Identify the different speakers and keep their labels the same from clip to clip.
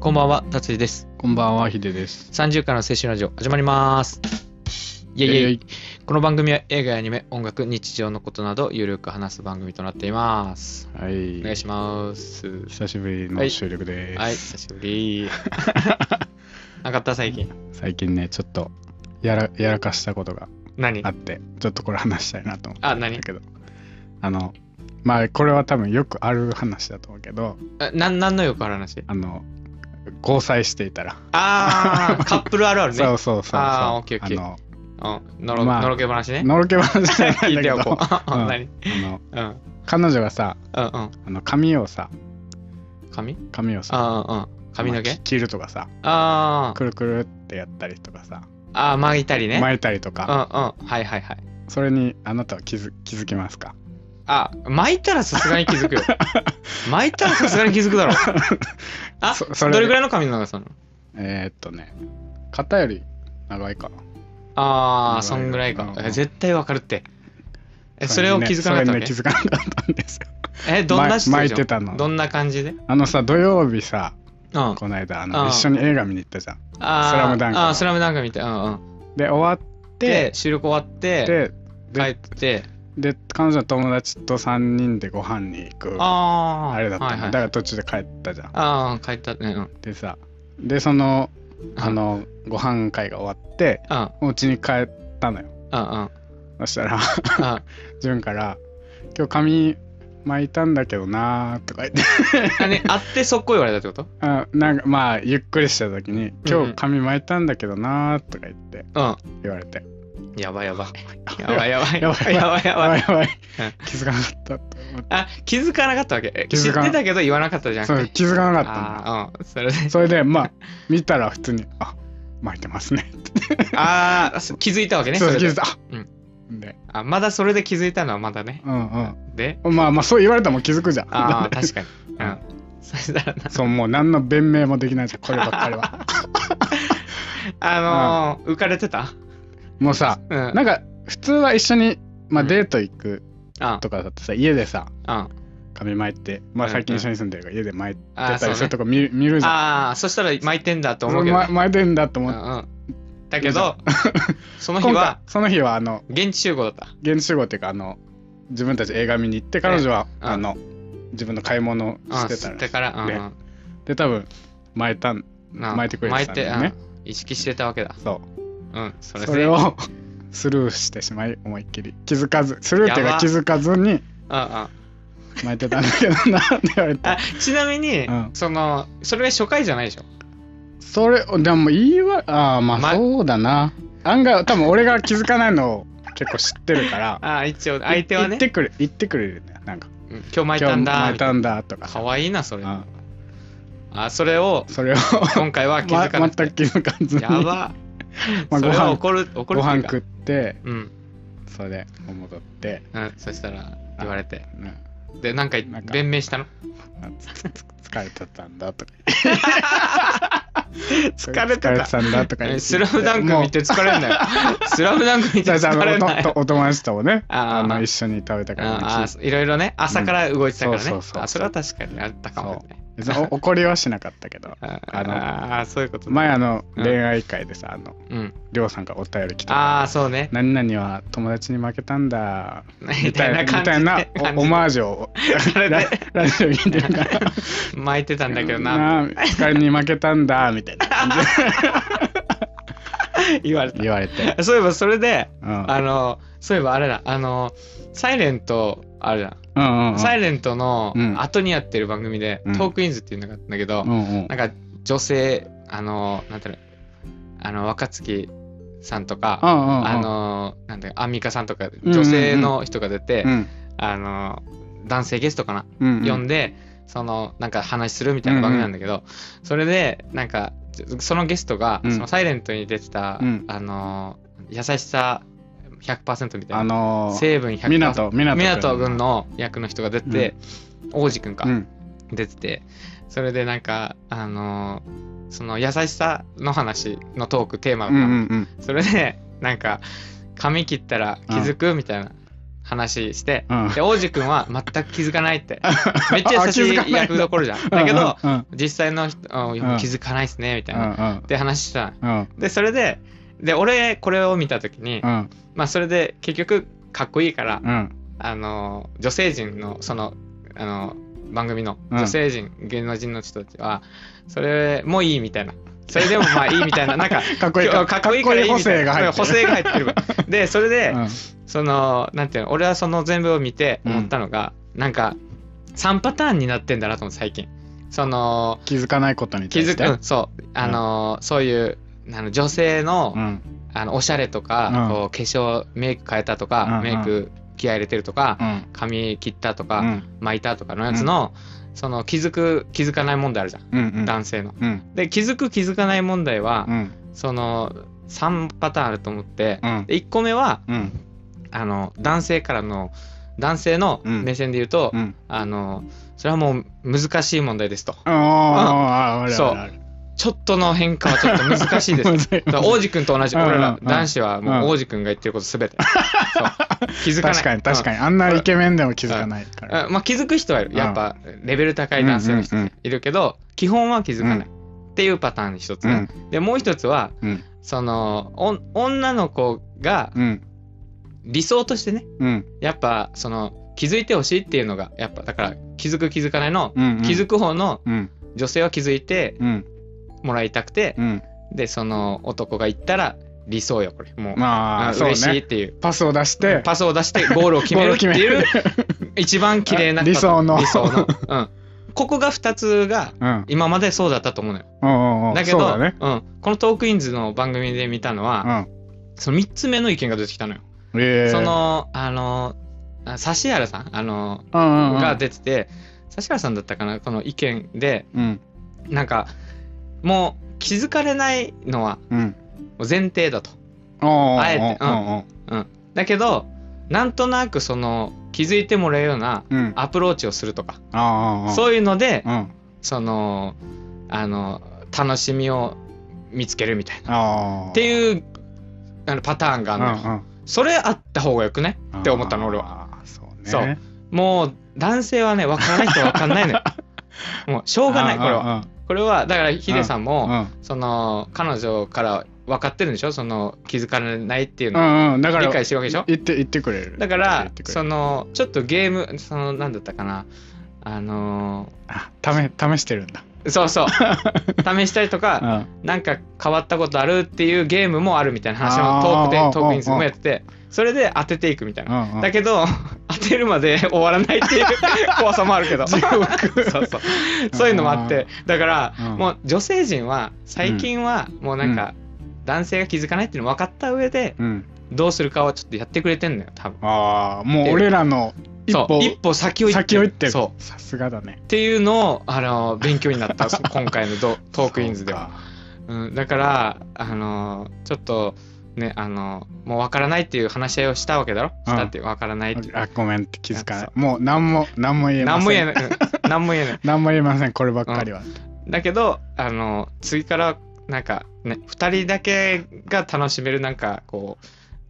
Speaker 1: こんばんは、達治です。
Speaker 2: こんばんは、ヒデです。
Speaker 1: 30回の青春ラジオ、始まります。イェイイェイ。この番組は映画やアニメ、音楽、日常のことなど、ゆるく話す番組となっています。
Speaker 2: はい。
Speaker 1: お願いします。
Speaker 2: 久しぶり
Speaker 1: は
Speaker 2: の
Speaker 1: い
Speaker 2: 収録です。
Speaker 1: はい、久しぶ り。なかった最近。
Speaker 2: 最近ね、ちょっとやらやらかしたことが
Speaker 1: 何
Speaker 2: あって、ちょっとこれ話したいなと思
Speaker 1: あ、
Speaker 2: うん
Speaker 1: 何
Speaker 2: だけど、あの、まあ、これは多分よくある話だと思うけど、
Speaker 1: あなんなんのよくある話。
Speaker 2: あの、交際していたら。
Speaker 1: あ ー、カップルあるあるね。
Speaker 2: そうそうそうそう。
Speaker 1: あーオッケーオッケー
Speaker 2: あ
Speaker 1: うん、のろ、
Speaker 2: まあ
Speaker 1: のろけ話ね
Speaker 2: の、。のろけ話じゃないん
Speaker 1: 聞いて
Speaker 2: だけ
Speaker 1: よ、
Speaker 2: ど、
Speaker 1: こう。
Speaker 2: あ
Speaker 1: あ
Speaker 2: うん
Speaker 1: 何
Speaker 2: の、
Speaker 1: うん、うん、
Speaker 2: 彼女がさ、
Speaker 1: うん。
Speaker 2: あの髪をさ、
Speaker 1: 髪
Speaker 2: 髪をさ、
Speaker 1: あー、うん。髪の
Speaker 2: まあ
Speaker 1: 毛
Speaker 2: き切るとかさ、
Speaker 1: あー、
Speaker 2: くるくるってやったりとかさ、
Speaker 1: あー、巻いたりね。
Speaker 2: 巻いたりと
Speaker 1: うん、う
Speaker 2: か、
Speaker 1: ん。はいはいはい。
Speaker 2: それにあなたは気づ気づきますか
Speaker 1: あ、巻いたらさすがに気づく よ。巻いたらさすがに気づくだろ。あ、
Speaker 2: そそれ
Speaker 1: どれぐらいの髪の長さなの
Speaker 2: えー、っとね、肩より長いかな。
Speaker 1: ああ、
Speaker 2: ど
Speaker 1: そ
Speaker 2: れ
Speaker 1: ん
Speaker 2: ぐ
Speaker 1: ぐ
Speaker 2: ら
Speaker 1: ら
Speaker 2: い
Speaker 1: い
Speaker 2: か
Speaker 1: か。
Speaker 2: うん
Speaker 1: え絶対わかるって。え、それを気づかなかったわ
Speaker 2: ね
Speaker 1: け
Speaker 2: それね、気づかなかったんですよ。
Speaker 1: え、どんな人
Speaker 2: ま
Speaker 1: で
Speaker 2: 巻
Speaker 1: し
Speaker 2: い
Speaker 1: ょ
Speaker 2: てたの
Speaker 1: どんな感じでうん。
Speaker 2: あのさ、土曜日さ、
Speaker 1: あ
Speaker 2: この間、あ
Speaker 1: う
Speaker 2: の
Speaker 1: ん
Speaker 2: 一緒に映画見に行ったじゃん。
Speaker 1: あ、
Speaker 2: スラムダンク
Speaker 1: あースラムダンクみたい。うんうん。
Speaker 2: で、終わって
Speaker 1: で、、収録終わって、
Speaker 2: で、
Speaker 1: 帰
Speaker 2: で、
Speaker 1: って、
Speaker 2: で彼女の友達と3人でご飯に行く。
Speaker 1: ああ、
Speaker 2: あれだったの、
Speaker 1: はいはい
Speaker 2: だから途中で帰ったじゃん。
Speaker 1: ああ、帰ったね。うん。
Speaker 2: でさ、で、そ の、あ、の、ご飯会が終わって、
Speaker 1: うん、うん、
Speaker 2: お家に帰ったのよ。
Speaker 1: うん、うん。
Speaker 2: そしたら、
Speaker 1: あ
Speaker 2: 潤から、今日髪巻いたんだけどなーとか言って。
Speaker 1: ね、会って速攻言われたってこと
Speaker 2: あなんかまあゆっくりした時に
Speaker 1: う
Speaker 2: 「
Speaker 1: ん
Speaker 2: 今日髪巻いたんだけどな」とか言って
Speaker 1: う
Speaker 2: 言われて
Speaker 1: ん。やばいやばい。やばいやばい。
Speaker 2: やばい
Speaker 1: やばいやばい
Speaker 2: やばい。やばい気づかなかったと思っ
Speaker 1: あ、気づかなかったわけ。え
Speaker 2: 気
Speaker 1: 知
Speaker 2: づ
Speaker 1: っ
Speaker 2: かな
Speaker 1: てたけど言わなかったじゃ
Speaker 2: て
Speaker 1: ん。
Speaker 2: そう気づかなかったんだ
Speaker 1: あーうん。それで。
Speaker 2: それでまあ見たら普通に「あ巻いてますね
Speaker 1: ああ、気づいたわけ」ね。
Speaker 2: そう
Speaker 1: れ
Speaker 2: 気
Speaker 1: で
Speaker 2: づいた
Speaker 1: う
Speaker 2: で
Speaker 1: あまだそれで気づいたのはまだね。
Speaker 2: うん
Speaker 1: で、
Speaker 2: うんまあまあそう言われたらもう気づくじゃん
Speaker 1: ああ、
Speaker 2: だって
Speaker 1: 確かに。うん。そしたらな、
Speaker 2: そうもう何の弁明もできないじゃんこればっかりは
Speaker 1: あのー、浮かれてた
Speaker 2: もうさ
Speaker 1: うん。
Speaker 2: なんか普通は一緒に、まあ、
Speaker 1: うん
Speaker 2: デート行く
Speaker 1: あ
Speaker 2: とかだってさ家でさ
Speaker 1: あ
Speaker 2: 髪巻いてまあ最近一緒に住んでるから家で巻いて
Speaker 1: ああ、
Speaker 2: た
Speaker 1: そう
Speaker 2: りする
Speaker 1: ね
Speaker 2: と。こ見る見るじゃん
Speaker 1: ああ、そしたら巻いてんだと思うけどね。
Speaker 2: ま巻いてんだと
Speaker 1: う
Speaker 2: 思って
Speaker 1: んうん。だけど、その日
Speaker 2: 今回
Speaker 1: は
Speaker 2: その日はあの
Speaker 1: 現地集合だった。
Speaker 2: 現地集合っていうかあの自分たち映画見に行って彼女は、
Speaker 1: うん
Speaker 2: あの自分の買い物を
Speaker 1: うん。
Speaker 2: して
Speaker 1: 知
Speaker 2: た
Speaker 1: っ
Speaker 2: ら
Speaker 1: てから、うん
Speaker 2: ねで多分巻いたん
Speaker 1: うん。な
Speaker 2: 巻いてくれてたんだよね
Speaker 1: 巻いてうん意識してたわけだ。
Speaker 2: そう
Speaker 1: うん。それ
Speaker 2: それ
Speaker 1: で
Speaker 2: を スルーしてしまい思いっきり気づかずスルーっていう
Speaker 1: やば
Speaker 2: か気づかずに
Speaker 1: うんうん。
Speaker 2: 巻いてたんだけどなって言われて
Speaker 1: あちなみに、
Speaker 2: うん
Speaker 1: そのそれが初回じゃないでしょ
Speaker 2: それでも言いわああまあ
Speaker 1: ま
Speaker 2: そうだな、案外多分俺が気づかないのを結構知ってるから
Speaker 1: あ一応相手は
Speaker 2: 言
Speaker 1: ね
Speaker 2: ってくれ言ってくれるんだよなんか
Speaker 1: うん今日巻い
Speaker 2: 今
Speaker 1: た
Speaker 2: 日
Speaker 1: んだ
Speaker 2: 巻いたんだとか
Speaker 1: かわいいなそれ、
Speaker 2: うん
Speaker 1: あ それを
Speaker 2: それを
Speaker 1: 今回は気づか
Speaker 2: ま
Speaker 1: なく
Speaker 2: 全
Speaker 1: て
Speaker 2: く、気づかずに
Speaker 1: やば、
Speaker 2: まあ
Speaker 1: そ
Speaker 2: ご
Speaker 1: れは
Speaker 2: 飯
Speaker 1: 怒る怒る
Speaker 2: ご
Speaker 1: ってい
Speaker 2: 飯
Speaker 1: うか
Speaker 2: 食って
Speaker 1: うん、
Speaker 2: それで戻って、
Speaker 1: うん、そしたら言われて
Speaker 2: うん、
Speaker 1: でなんか
Speaker 2: なんか
Speaker 1: 弁明したの
Speaker 2: あつ つつ疲れてたんだとか
Speaker 1: 疲れてた
Speaker 2: 疲れてたんだとか言っ
Speaker 1: え
Speaker 2: て
Speaker 1: スラムダンク見て疲れんなよ スラムダンク見て
Speaker 2: じゃあじゃあ
Speaker 1: 疲れんな
Speaker 2: おと
Speaker 1: よ
Speaker 2: お友達ともね
Speaker 1: あー
Speaker 2: あの一緒に食べた
Speaker 1: う
Speaker 2: か
Speaker 1: ん
Speaker 2: ら、
Speaker 1: あ
Speaker 2: 別に
Speaker 1: いろいろね朝から動いてたからね、
Speaker 2: うんそうそうそう
Speaker 1: あそれは確かにあったかもね
Speaker 2: 別にお怒りはしなかったけど
Speaker 1: あ
Speaker 2: あの
Speaker 1: あーそういうことね
Speaker 2: 前あの
Speaker 1: うん
Speaker 2: 恋愛会でさあの
Speaker 1: うん、
Speaker 2: りょうさんがお便り来た
Speaker 1: ああそうね
Speaker 2: 何々は友達に負けたんだ
Speaker 1: み
Speaker 2: みた
Speaker 1: た
Speaker 2: い
Speaker 1: い
Speaker 2: な
Speaker 1: な感
Speaker 2: み
Speaker 1: じ
Speaker 2: たいな
Speaker 1: 感じ
Speaker 2: おオマージュをララジオ聞いてるから
Speaker 1: 巻いてたんだけど な
Speaker 2: なあ疲れに負けたんだみたいな感じで
Speaker 1: 言われ
Speaker 2: 言われて、
Speaker 1: たそういえばそれで
Speaker 2: うん、うん
Speaker 1: あのそういえばあれだあのサイレントあるじゃ
Speaker 2: うんうん
Speaker 1: んサイレントの
Speaker 2: うん
Speaker 1: 後にやってる番組で、
Speaker 2: うん
Speaker 1: トークインズっていうのがあったんだけど、
Speaker 2: うんうん
Speaker 1: なんか女性あのなんていうのあの若槻さんとか、
Speaker 2: うんうんうん
Speaker 1: あのなんていうのアンミカさんとか
Speaker 2: うんうん
Speaker 1: 女性の人が出て、
Speaker 2: うん
Speaker 1: あの男性ゲストかな
Speaker 2: うん
Speaker 1: 読んで、そのなんか話するみたいな番組なんだけど、それでなんかそのゲストが、
Speaker 2: うん
Speaker 1: その「サイレントに出てた、
Speaker 2: うん
Speaker 1: あの優しさ100%みた
Speaker 2: あ
Speaker 1: いな
Speaker 2: のー、
Speaker 1: 成分100%
Speaker 2: 港港
Speaker 1: 湊
Speaker 2: 君
Speaker 1: 君の役の人が出て、王子君か、
Speaker 2: うん
Speaker 1: 出ててそれでなんかあのその優しさの話のトークテーマ
Speaker 2: う
Speaker 1: が、
Speaker 2: んうんうん
Speaker 1: それでなんか髪切ったら気づくみたいな話して、
Speaker 2: うん
Speaker 1: で、王子くんは全く気づかない って。めっちゃ優しい役どころじゃん。だけど、
Speaker 2: うんうん
Speaker 1: 実際の人、あいや
Speaker 2: うん
Speaker 1: 気づかないっすね、みたいうな。
Speaker 2: んうん
Speaker 1: で、話したの
Speaker 2: うん
Speaker 1: で、それで、で、俺、これを見たときに
Speaker 2: う、ん
Speaker 1: まあ、それで、結局、かっこいいから、
Speaker 2: うん
Speaker 1: あの、女性陣の、その、あの、番組の
Speaker 2: うん
Speaker 1: 女性陣、芸能人の人たちは、それもいいみたいな。それでもまあいいみたいな、なんか、
Speaker 2: かっこいい
Speaker 1: 今日かっこいいからいい
Speaker 2: 補
Speaker 1: みた
Speaker 2: 正
Speaker 1: いな
Speaker 2: が入って
Speaker 1: 補正が入ってるからでそれで、
Speaker 2: うん
Speaker 1: そのなんていうの俺はその全部を見て思ったのが、なんか3パターンになってんだなと思って最近その
Speaker 2: 気づかないことに
Speaker 1: 気
Speaker 2: 対
Speaker 1: づ
Speaker 2: して
Speaker 1: く、うん、そうあの、そういうあの女性の,、
Speaker 2: うん
Speaker 1: あのおしゃれとか、
Speaker 2: うん
Speaker 1: こう化粧メイク変えたとか、
Speaker 2: うんうん
Speaker 1: メイク気合い入れてるとか、
Speaker 2: うん
Speaker 1: 髪切ったと
Speaker 2: う
Speaker 1: か、
Speaker 2: ん
Speaker 1: 巻いたとかのやつの、その気づく気づかない問題あるじゃん、
Speaker 2: うんうん
Speaker 1: 男性の。
Speaker 2: うん
Speaker 1: で気づく気づかない問題は、
Speaker 2: うん
Speaker 1: その3パターンあると思って、
Speaker 2: うん
Speaker 1: で1個目は
Speaker 2: うん
Speaker 1: あの男性からの男性の
Speaker 2: うん
Speaker 1: 目線で言うと、
Speaker 2: うん
Speaker 1: あのそれはもう難しい問題ですと
Speaker 2: ああああ
Speaker 1: そうちょっとの変化はちょっと難しい です
Speaker 2: す
Speaker 1: だから王子くんと同じ
Speaker 2: うん
Speaker 1: 俺ら
Speaker 2: うん
Speaker 1: 男子はもう王子くんが言ってること すべて、そう気づかない
Speaker 2: 確かに確か
Speaker 1: に、
Speaker 2: にあんなイケメンでも気づかないか
Speaker 1: うん
Speaker 2: ら
Speaker 1: うんまあ、気づく人はいるやっぱレベル高い男性の人
Speaker 2: うんうん
Speaker 1: いるけど、基本は気づかない、っていうパターン一つ
Speaker 2: う
Speaker 1: ね、
Speaker 2: ん
Speaker 1: でもう一つは
Speaker 2: うん
Speaker 1: そのおん女の子が
Speaker 2: うん
Speaker 1: 理想としてね
Speaker 2: うん
Speaker 1: やっぱその気づいてほしいっていうのがやっぱだから気づく気づかないの、
Speaker 2: うん
Speaker 1: 気づく方の
Speaker 2: うん
Speaker 1: 女性は気づいて
Speaker 2: うん
Speaker 1: もらいたくて、
Speaker 2: うん
Speaker 1: でその男が言ったら理想よこれもう、
Speaker 2: ま
Speaker 1: あ
Speaker 2: あそう
Speaker 1: 嬉しい
Speaker 2: ね
Speaker 1: っていう
Speaker 2: パスを出して
Speaker 1: パスを出してゴールを決め るっていう一番綺麗な
Speaker 2: 理想の
Speaker 1: 理想の、うん、ここが2つが
Speaker 2: うん
Speaker 1: 今までそうだったと思うのよ
Speaker 2: うんうん
Speaker 1: だけ
Speaker 2: そう
Speaker 1: ど
Speaker 2: だね
Speaker 1: うん、このトークインズの番組で見たのは、
Speaker 2: うん
Speaker 1: その3つ目の意見が出てきたのよ、
Speaker 2: ええ
Speaker 1: そのあのあ指原さんあの
Speaker 2: うんうん
Speaker 1: が出てて、指原さんだったかな、この意見で、
Speaker 2: うん
Speaker 1: なんか、もう気づかれないのは
Speaker 2: うん
Speaker 1: 前提だと。あ
Speaker 2: あ
Speaker 1: えてうん。だけど、なんとなくその気づいてもらえるような
Speaker 2: うんうん
Speaker 1: アプローチをするとか、
Speaker 2: ああ
Speaker 1: そういうので、
Speaker 2: うんあ
Speaker 1: その、あの、楽しみを見つけるみたいな。
Speaker 2: あ
Speaker 1: って
Speaker 2: う
Speaker 1: いうあのパターンがあるのよ。それあった方がよくねって思ったの、俺は。
Speaker 2: はそうね
Speaker 1: そうもう、男性はね、わからない人はわかんない のよ。もう、しょうがない、これは。
Speaker 2: は
Speaker 1: これは、だから、ヒデさんも、
Speaker 2: うん
Speaker 1: その彼女から分かってるんでしょその気づかれないっていう
Speaker 2: う
Speaker 1: のを
Speaker 2: んうんだから
Speaker 1: 理解してるわけでしょ
Speaker 2: 言って言ってくれる
Speaker 1: だから
Speaker 2: 言ってくれる
Speaker 1: そのちょっとゲームその何だったかなあの
Speaker 2: あ試試してるんだ
Speaker 1: ーそう そう試したりとかなんか変わったことあるっていうゲームもあるみたいな話
Speaker 2: あ
Speaker 1: を
Speaker 2: ー
Speaker 1: トークで
Speaker 2: あー
Speaker 1: トークインズもやっててそれで当てていくみたいなだ
Speaker 2: だ
Speaker 1: けど 当てるま で終わらないっていう怖さもあるけどそう そうそういうのもあってだから
Speaker 2: うん
Speaker 1: もう女性陣は最近はもうなんか男性が気づかないっていうの分かった上で
Speaker 2: うん
Speaker 1: どうするかをちょっとやってくれてんのよ多分
Speaker 2: ああもう俺らの一
Speaker 1: そう一
Speaker 2: 歩
Speaker 1: 歩先を行って
Speaker 2: 先を行ってる
Speaker 1: そう
Speaker 2: さすがだね
Speaker 1: っていうのをあの勉強になった そう今回のドトークインズではうん、だからあのちょっとねあのもう分からないっていう話し合いをしたわけだろ
Speaker 2: うん
Speaker 1: したって分からないって
Speaker 2: そ
Speaker 1: い
Speaker 2: う
Speaker 1: う
Speaker 2: かあごめんって気づかな
Speaker 1: そ
Speaker 2: いもう何も何も言えませ
Speaker 1: 何
Speaker 2: ん
Speaker 1: も言えないうん何も言えない
Speaker 2: 何も言えませんこればっかりは
Speaker 1: だけどあの次からなんかね2人だけが楽しめるなんかこ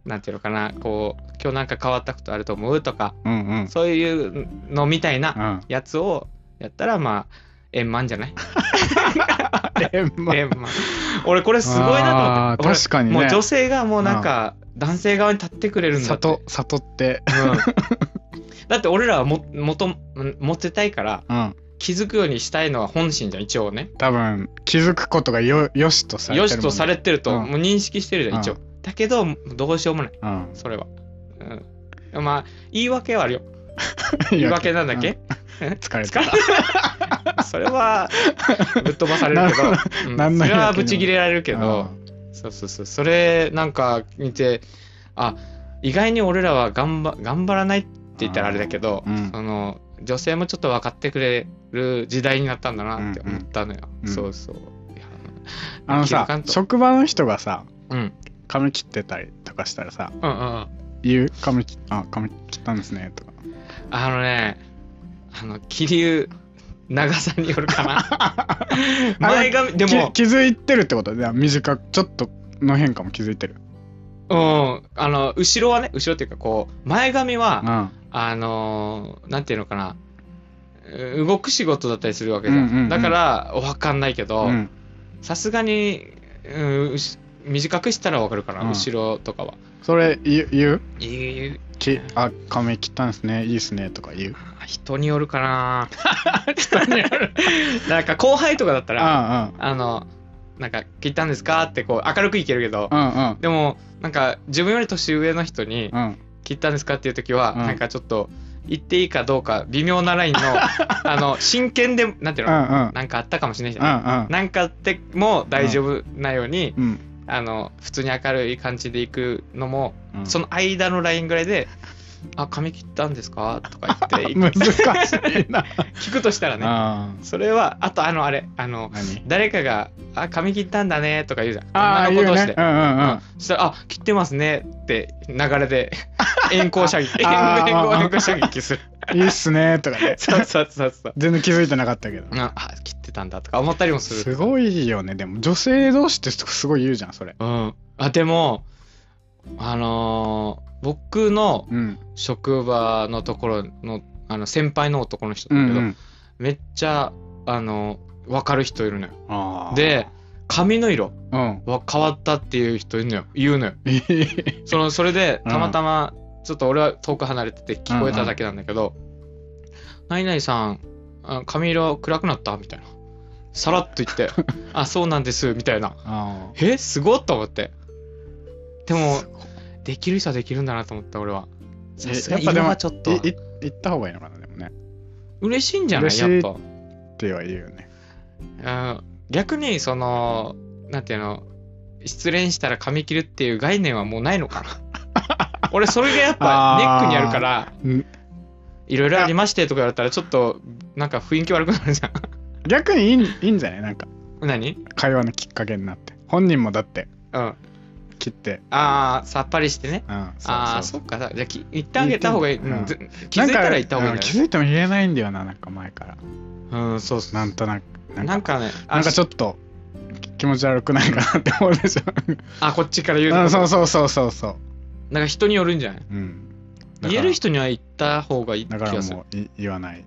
Speaker 1: うなんていうのかなこう今日なんか変わったことあると思うとか
Speaker 2: うんうん
Speaker 1: そういうのみたいな
Speaker 2: うん
Speaker 1: やつをやったらまあ円満じゃない
Speaker 2: えま
Speaker 1: 円満俺これすごいな
Speaker 2: あ
Speaker 1: と
Speaker 2: ー
Speaker 1: 思って俺
Speaker 2: 確かにね
Speaker 1: もう女性がもうなんか男性側に立ってくれるんだって
Speaker 2: 悟悟って
Speaker 1: うんだって俺らはももとモテたいから
Speaker 2: うん
Speaker 1: 気づくようにしたいのは本心じゃん一応ね
Speaker 2: 多分気づくことがよよしとされてる
Speaker 1: よ
Speaker 2: もんね
Speaker 1: しとされてると、
Speaker 2: うん
Speaker 1: もう認識してるじゃん、一応
Speaker 2: う。
Speaker 1: だけど、どうしようもない、
Speaker 2: うん
Speaker 1: それは。うん、まあ、言い訳はあるよ。言い訳なんだっけ、
Speaker 2: 疲れ
Speaker 1: 疲
Speaker 2: た
Speaker 1: れた それは、ぶっ飛ばされるけど、うん
Speaker 2: なん
Speaker 1: そ
Speaker 2: の
Speaker 1: れ
Speaker 2: 言い訳にも
Speaker 1: はぶち切れられるけど、そうそうそう、それなんか見て、あ、意外に俺らは頑張頑張らないって言ったらあれだけど、
Speaker 2: うんうん
Speaker 1: その女性もちょっと分かってくれる時代になったんだなって思ったのよ。
Speaker 2: うんうん
Speaker 1: そうそう。いや
Speaker 2: あの
Speaker 1: 気づかん
Speaker 2: さ
Speaker 1: と
Speaker 2: 職場の人がさ
Speaker 1: うん、
Speaker 2: 髪切ってたりとかしたらさ
Speaker 1: うん、うんうん。
Speaker 2: 言う髪切あ髪切ったんですねとか
Speaker 1: あのね、あの、気流、長さによるかな。 前髪、でも
Speaker 2: き、気づいてるってことじゃあ短くちょっとの変化も気づいてる
Speaker 1: うん、あの、後ろはね、後ろっていうか、こう、前髪は、
Speaker 2: うん
Speaker 1: あのーなんていうのかな、う動く仕事だったりするわけじゃん。
Speaker 2: うんうんうん
Speaker 1: だから、わかんないけど
Speaker 2: う、ん
Speaker 1: さすがに、うんうし短くしたらわかるかな、
Speaker 2: うん
Speaker 1: 後ろとかは。
Speaker 2: それ言う言う
Speaker 1: いい
Speaker 2: きあ髪切ったんですねいいっすねとか言う
Speaker 1: 人によるかな 人による。 なんか後輩とかだった
Speaker 2: う
Speaker 1: ら、
Speaker 2: ん
Speaker 1: あの、なんか、聞いたんですかってこう、明るくいけるけど
Speaker 2: う、んうん
Speaker 1: でも、なんか、自分より年上の人に、
Speaker 2: うん
Speaker 1: 聞いたんですかっていう時は、
Speaker 2: うん
Speaker 1: なんかちょっと言っていいかどうか微妙なラ インのあの真剣でなんていう
Speaker 2: う
Speaker 1: の、
Speaker 2: んうん
Speaker 1: なんかあったかもしれないじ
Speaker 2: う
Speaker 1: ゃん、
Speaker 2: ん
Speaker 1: なんかあっても大丈夫なように、
Speaker 2: うん
Speaker 1: あの普通に明るい感じでいくのも、
Speaker 2: うん
Speaker 1: その間のラインぐらいで「あ髪切ったんですか?」とか言って
Speaker 2: 難しいな
Speaker 1: 聞くとしたらね
Speaker 2: あ
Speaker 1: それはあとあのあれあの
Speaker 2: 何
Speaker 1: 誰かが「あ髪切ったんだね」とか言うじゃん
Speaker 2: ああ
Speaker 1: 女の
Speaker 2: 言
Speaker 1: 子同
Speaker 2: う
Speaker 1: 士
Speaker 2: ね
Speaker 1: で
Speaker 2: う。んうんうん
Speaker 1: うんそしたら「あ切ってますね」って流れ で遠行射撃
Speaker 2: あ
Speaker 1: 遠
Speaker 2: ー
Speaker 1: 行遠行射撃する
Speaker 2: いいっすねとかね
Speaker 1: そうそうそうそう
Speaker 2: 全然気づいてなかったけど
Speaker 1: うんあ切ってたんだとか思ったりもする
Speaker 2: すごいよねでも女性同士ってすごい言うじゃんそれ
Speaker 1: うんあでもあのー僕の
Speaker 2: うん
Speaker 1: 職場のところのあの先輩の男の人
Speaker 2: う
Speaker 1: だけ
Speaker 2: ん
Speaker 1: ど、
Speaker 2: うん
Speaker 1: めっちゃあの分かる人いるのよ
Speaker 2: あー
Speaker 1: で髪の色
Speaker 2: うん
Speaker 1: は変わったっていう人いるのよ言うのよそのそれで
Speaker 2: うん
Speaker 1: たまたまちょっと俺は遠く離れてて聞こえただけなんだけど「何々さんあ髪色暗くなった?」みたいなさらっと言 って「あそうなんです」みたいな
Speaker 2: あ
Speaker 1: 「えすごっ!」と思ってで
Speaker 2: で
Speaker 1: もできる人はできるんだなと思った俺はさすが
Speaker 2: え
Speaker 1: に
Speaker 2: やっぱで
Speaker 1: 色
Speaker 2: も
Speaker 1: はちょっと
Speaker 2: いい行った方がいいのかなでもね
Speaker 1: 嬉しいんじゃない
Speaker 2: 嬉し
Speaker 1: や
Speaker 2: い
Speaker 1: っぱ
Speaker 2: っては言うよね
Speaker 1: うん逆にそのなんていうの失恋したら髪切るっていう概念はもうないのか な俺それがやっぱネックにあるから
Speaker 2: うん
Speaker 1: いろいろありましてとか言われたらちょっとなんか雰囲気悪くなるじゃん
Speaker 2: 逆にいいんいいんじゃないなんか
Speaker 1: 何
Speaker 2: 会話のきっかけになって本人もだって
Speaker 1: うんあ
Speaker 2: 切って
Speaker 1: あーさっぱりしてね
Speaker 2: うん
Speaker 1: ああーそっかじゃあき言ってあげた方がいい、
Speaker 2: 言って
Speaker 1: うんず気づいたら言った方がいいだよ
Speaker 2: なんんかうん気づいても言えないんだよななんか前から
Speaker 1: うんそうそう
Speaker 2: なんとなくなんか
Speaker 1: なんかねあ
Speaker 2: なんかちょっと気持ち悪くないかなって思う でしょ
Speaker 1: あこっちから言う
Speaker 2: うん
Speaker 1: の
Speaker 2: そうそうそうそうそう
Speaker 1: なんか人によるんじゃない
Speaker 2: うんだから
Speaker 1: 言える人には言った方がいい気
Speaker 2: だから
Speaker 1: がする
Speaker 2: もうい言わない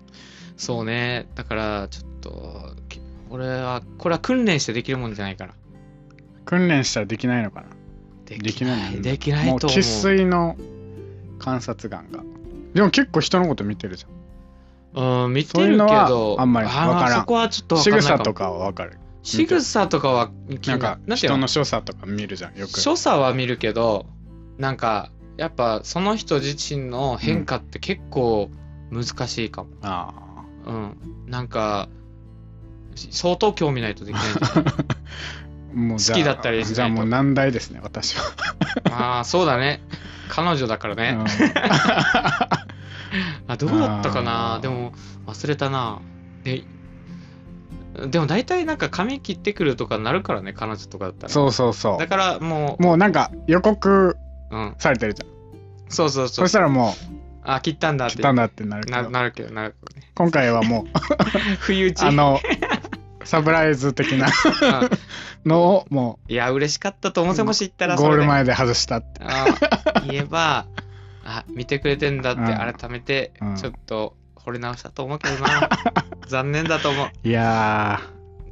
Speaker 1: そうねだからちょっとき俺はこれは訓練してできるもんじゃないから
Speaker 2: 訓練したらできないのかな
Speaker 1: で
Speaker 2: で
Speaker 1: き
Speaker 2: きない
Speaker 1: ないできない
Speaker 2: もう
Speaker 1: と思う
Speaker 2: 生粋の観察眼がでも結構人のこと見てるじ
Speaker 1: うん見て
Speaker 2: そうい
Speaker 1: る
Speaker 2: う
Speaker 1: け
Speaker 2: のは
Speaker 1: ど
Speaker 2: あんまりわからん
Speaker 1: あそこはちょっ
Speaker 2: ゃ
Speaker 1: と
Speaker 2: ん
Speaker 1: わ
Speaker 2: 仕
Speaker 1: かんないか
Speaker 2: 草
Speaker 1: も
Speaker 2: とかはわかる
Speaker 1: 仕草とかは気
Speaker 2: な
Speaker 1: に
Speaker 2: んか
Speaker 1: なんていう
Speaker 2: 人
Speaker 1: の
Speaker 2: の所作とか見るじゃんよく
Speaker 1: 所作は見るけどなんかやっぱその人自身の変化って結構難しいかも
Speaker 2: あ
Speaker 1: うん、なんか相当興味ないとでき ないんじゃない
Speaker 2: あもうじゃあ
Speaker 1: 好きだったりしないと
Speaker 2: じゃあもう難題ですね私は、
Speaker 1: ああそうだね彼女だからね、あどうだったか
Speaker 2: あ
Speaker 1: な
Speaker 2: ー
Speaker 1: でも忘れたなででも大体なんか髪切ってくるとかなるからね彼女とかだったら
Speaker 2: うんそうそうそ
Speaker 1: だからも
Speaker 2: うもうなんか予告
Speaker 1: う、うん、
Speaker 2: されてるじゃん
Speaker 1: そうそう
Speaker 2: そ
Speaker 1: そう
Speaker 2: したらも
Speaker 1: あ切ったんだ
Speaker 2: う
Speaker 1: って
Speaker 2: 来たんだってなるけ
Speaker 1: な
Speaker 2: ど
Speaker 1: なるけどなる けどね
Speaker 2: 今回は もう
Speaker 1: 不意打ち
Speaker 2: あのサプライズ的な
Speaker 1: うん
Speaker 2: のをも
Speaker 1: いや嬉しかったと思ってもし言っ
Speaker 2: う
Speaker 1: たら
Speaker 2: ゴール
Speaker 1: で
Speaker 2: 前で外したって
Speaker 1: あー言えばあ見てくれてんだっ
Speaker 2: うん
Speaker 1: て改めて
Speaker 2: うん
Speaker 1: ちょっと惚れ直したと思うけど な残念だと思う
Speaker 2: いや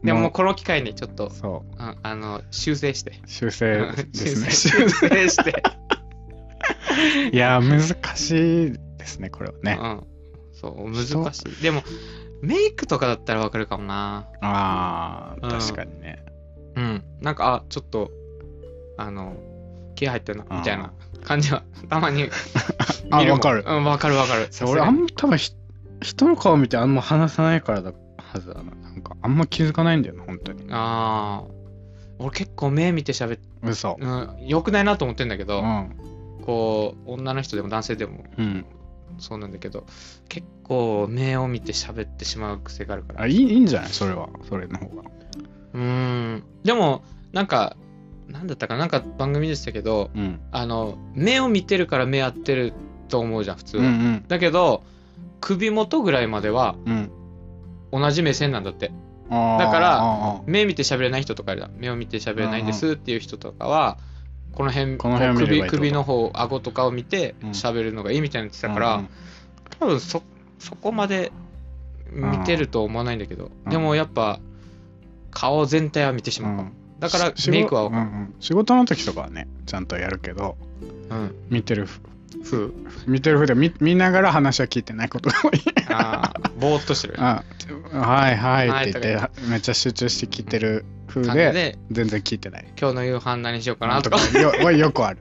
Speaker 2: ー
Speaker 1: でももうこの機会にちょっと、
Speaker 2: そ
Speaker 1: うんあの修正して
Speaker 2: う修正です ね
Speaker 1: 修正して、
Speaker 2: いやー難しいですねこれは
Speaker 1: う
Speaker 2: ね、
Speaker 1: ん、そう難しいでもメイクとかだったらわかるかもな
Speaker 2: あ
Speaker 1: うん
Speaker 2: ー確かにね、
Speaker 1: うんなんかあちょっとあの気合入ってるな
Speaker 2: うん
Speaker 1: みたいな感じは たまに
Speaker 2: あ
Speaker 1: 見もん
Speaker 2: わかる
Speaker 1: うんわかるわかるさす
Speaker 2: 俺
Speaker 1: が
Speaker 2: あ
Speaker 1: に
Speaker 2: んま多分ひ人の顔見てあんま話さないからだはずだななんかあんま気づかないんだよな本当に
Speaker 1: あー俺結構目見て喋って、
Speaker 2: 嘘
Speaker 1: うん、よくないなと思ってんだけ
Speaker 2: う
Speaker 1: ど、
Speaker 2: ん
Speaker 1: こう女の人でも男性でも
Speaker 2: うん
Speaker 1: そうなんだけど結構目を見て喋ってしまう癖があるから
Speaker 2: あいいいいんじゃないそれはそれの方が
Speaker 1: うーんでもなんかなんだったかななんか番組でしたけど
Speaker 2: うん
Speaker 1: あの目を見てるから目合ってると思うじゃん普通
Speaker 2: うん
Speaker 1: は、
Speaker 2: うん
Speaker 1: だけど首元ぐらいまでは
Speaker 2: うん
Speaker 1: 同じ目線なんだって
Speaker 2: あー
Speaker 1: だから
Speaker 2: あーあー
Speaker 1: 目見て喋れない人とかいるじゃん目を見て喋れないんですっていう人とかはこの辺
Speaker 2: この辺を見ればいい
Speaker 1: こう首
Speaker 2: ってこと
Speaker 1: 首の方顎とかを見て
Speaker 2: うん
Speaker 1: 喋るのがいいみたいなの言ってたか
Speaker 2: う
Speaker 1: ら
Speaker 2: ん
Speaker 1: 多分そそこまで見てるとは思わないんだけど
Speaker 2: うん
Speaker 1: でもやっぱ顔全体は見てしまうかもだから
Speaker 2: し
Speaker 1: メイクは
Speaker 2: うんうん仕事の時とかはねちゃんとやるけど
Speaker 1: うん
Speaker 2: 見てるふ
Speaker 1: ふう
Speaker 2: 見てるふうで見見ながら話は聞いてないことが多い
Speaker 1: あーぼーっとしてる感
Speaker 2: あはいは
Speaker 1: はいい
Speaker 2: って言ってめっちゃ集中して聞いてる風
Speaker 1: じ
Speaker 2: で
Speaker 1: で
Speaker 2: 全然聞いてない
Speaker 1: 今日の夕飯何しようかなとか
Speaker 2: よ はよくある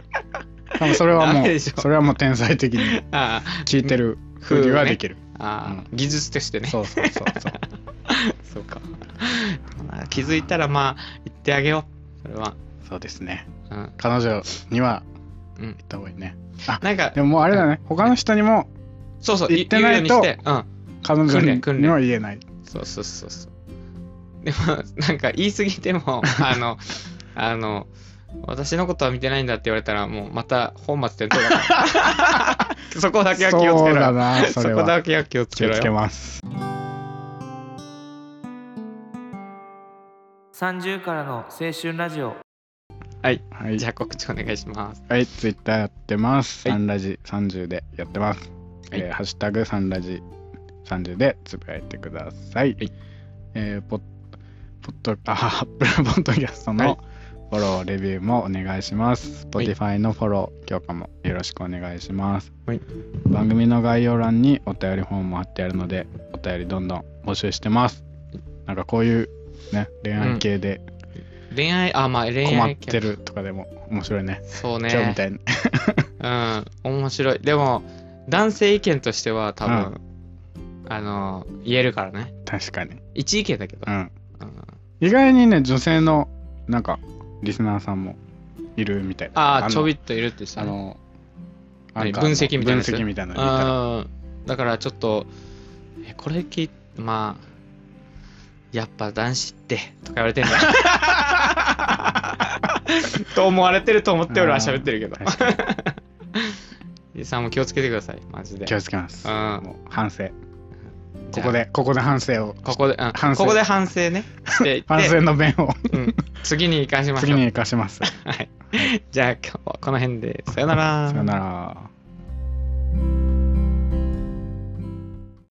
Speaker 2: 多分それは
Speaker 1: ダ
Speaker 2: も
Speaker 1: メ
Speaker 2: う
Speaker 1: でしょ
Speaker 2: それはもう天才的に
Speaker 1: あー
Speaker 2: 聞いてる風にはできる、
Speaker 1: あー技術としてね
Speaker 2: そうそうそうそう
Speaker 1: そうかまあ気づいたらまあ言ってあげようそれは
Speaker 2: そうですね
Speaker 1: うん
Speaker 2: 彼女には
Speaker 1: うん
Speaker 2: 行った方がいいね
Speaker 1: なんか
Speaker 2: でももうあれだね他の人にも
Speaker 1: そうそう
Speaker 2: 言ってないと
Speaker 1: 言うようにしてうん
Speaker 2: 彼女
Speaker 1: 訓
Speaker 2: に
Speaker 1: 練訓練
Speaker 2: には言えない
Speaker 1: そうそうそうそう。でも、 なんか言い過ぎて も、あの、あの、私のことは見てないんだって言われたら、もうまた本末転倒だ から。そこだけは気をつ
Speaker 2: そ
Speaker 1: け
Speaker 2: うだ
Speaker 1: ろよ。
Speaker 2: なそ
Speaker 1: そ
Speaker 2: れ
Speaker 1: こ
Speaker 2: は
Speaker 1: だけは気をつ
Speaker 2: 気
Speaker 1: け
Speaker 2: を
Speaker 1: ろ
Speaker 2: つけ
Speaker 1: よ。
Speaker 2: ます
Speaker 3: 30からの青春ラジオ
Speaker 1: はい。
Speaker 2: はい
Speaker 1: じゃあ告知お願いします。
Speaker 2: はい、ツイッターやってます。
Speaker 1: はい
Speaker 2: サンラジ30でやってます。
Speaker 1: はい
Speaker 2: えーハッシュタグサンラジ30でつぶやいてください。
Speaker 1: はい
Speaker 2: えーポッ、ポッド、 あ、アップルポッドキャスト
Speaker 1: はい
Speaker 2: のフォロー、レビューもお願いします。
Speaker 1: はい
Speaker 2: Spotify のフォロー、強化もよろしくお願いします。
Speaker 1: はい
Speaker 2: 番組の概要欄にお便りフォームも貼ってあるので、お便りどんどん募集してます。なんかこういうね、恋愛系で
Speaker 1: 恋愛、あ、まあ恋愛
Speaker 2: 困って
Speaker 1: る。
Speaker 2: るとかでも面白いね。
Speaker 1: そう
Speaker 2: 今日み
Speaker 1: ね。
Speaker 2: たいに。
Speaker 1: うん。面白い。でも、男性意見としては多分、あの、言えるからね。
Speaker 2: 確かに。
Speaker 1: 一意見だけど
Speaker 2: う。ん。
Speaker 1: うん
Speaker 2: 意外にね女性のなんかリスナーさんもいるみたいな
Speaker 1: ああ、ちょび
Speaker 2: っ
Speaker 1: っといるってさ
Speaker 2: あ。の
Speaker 1: 何
Speaker 2: なんか
Speaker 1: 分析みたいなやつ
Speaker 2: 分析みたいなの見たら
Speaker 1: あーだからちょっとえこれ聞いまあやっぱ男子ってとか言われてん だと思われてると思って俺は喋ってるけど
Speaker 2: 確かに
Speaker 1: 伊さんも気をつけてくださいマジで
Speaker 2: 気をつ けます
Speaker 1: うん
Speaker 2: もう反省
Speaker 1: じ
Speaker 2: こ
Speaker 1: ゃあ
Speaker 2: こでここで反省を
Speaker 1: ここで、うん
Speaker 2: 反省
Speaker 1: ここで反省 ねしていって
Speaker 2: 反省の弁を
Speaker 1: うん次に生かしましょう
Speaker 2: 次に生か します
Speaker 1: はい、じゃあ今日はこの辺でさよなら
Speaker 2: さよなら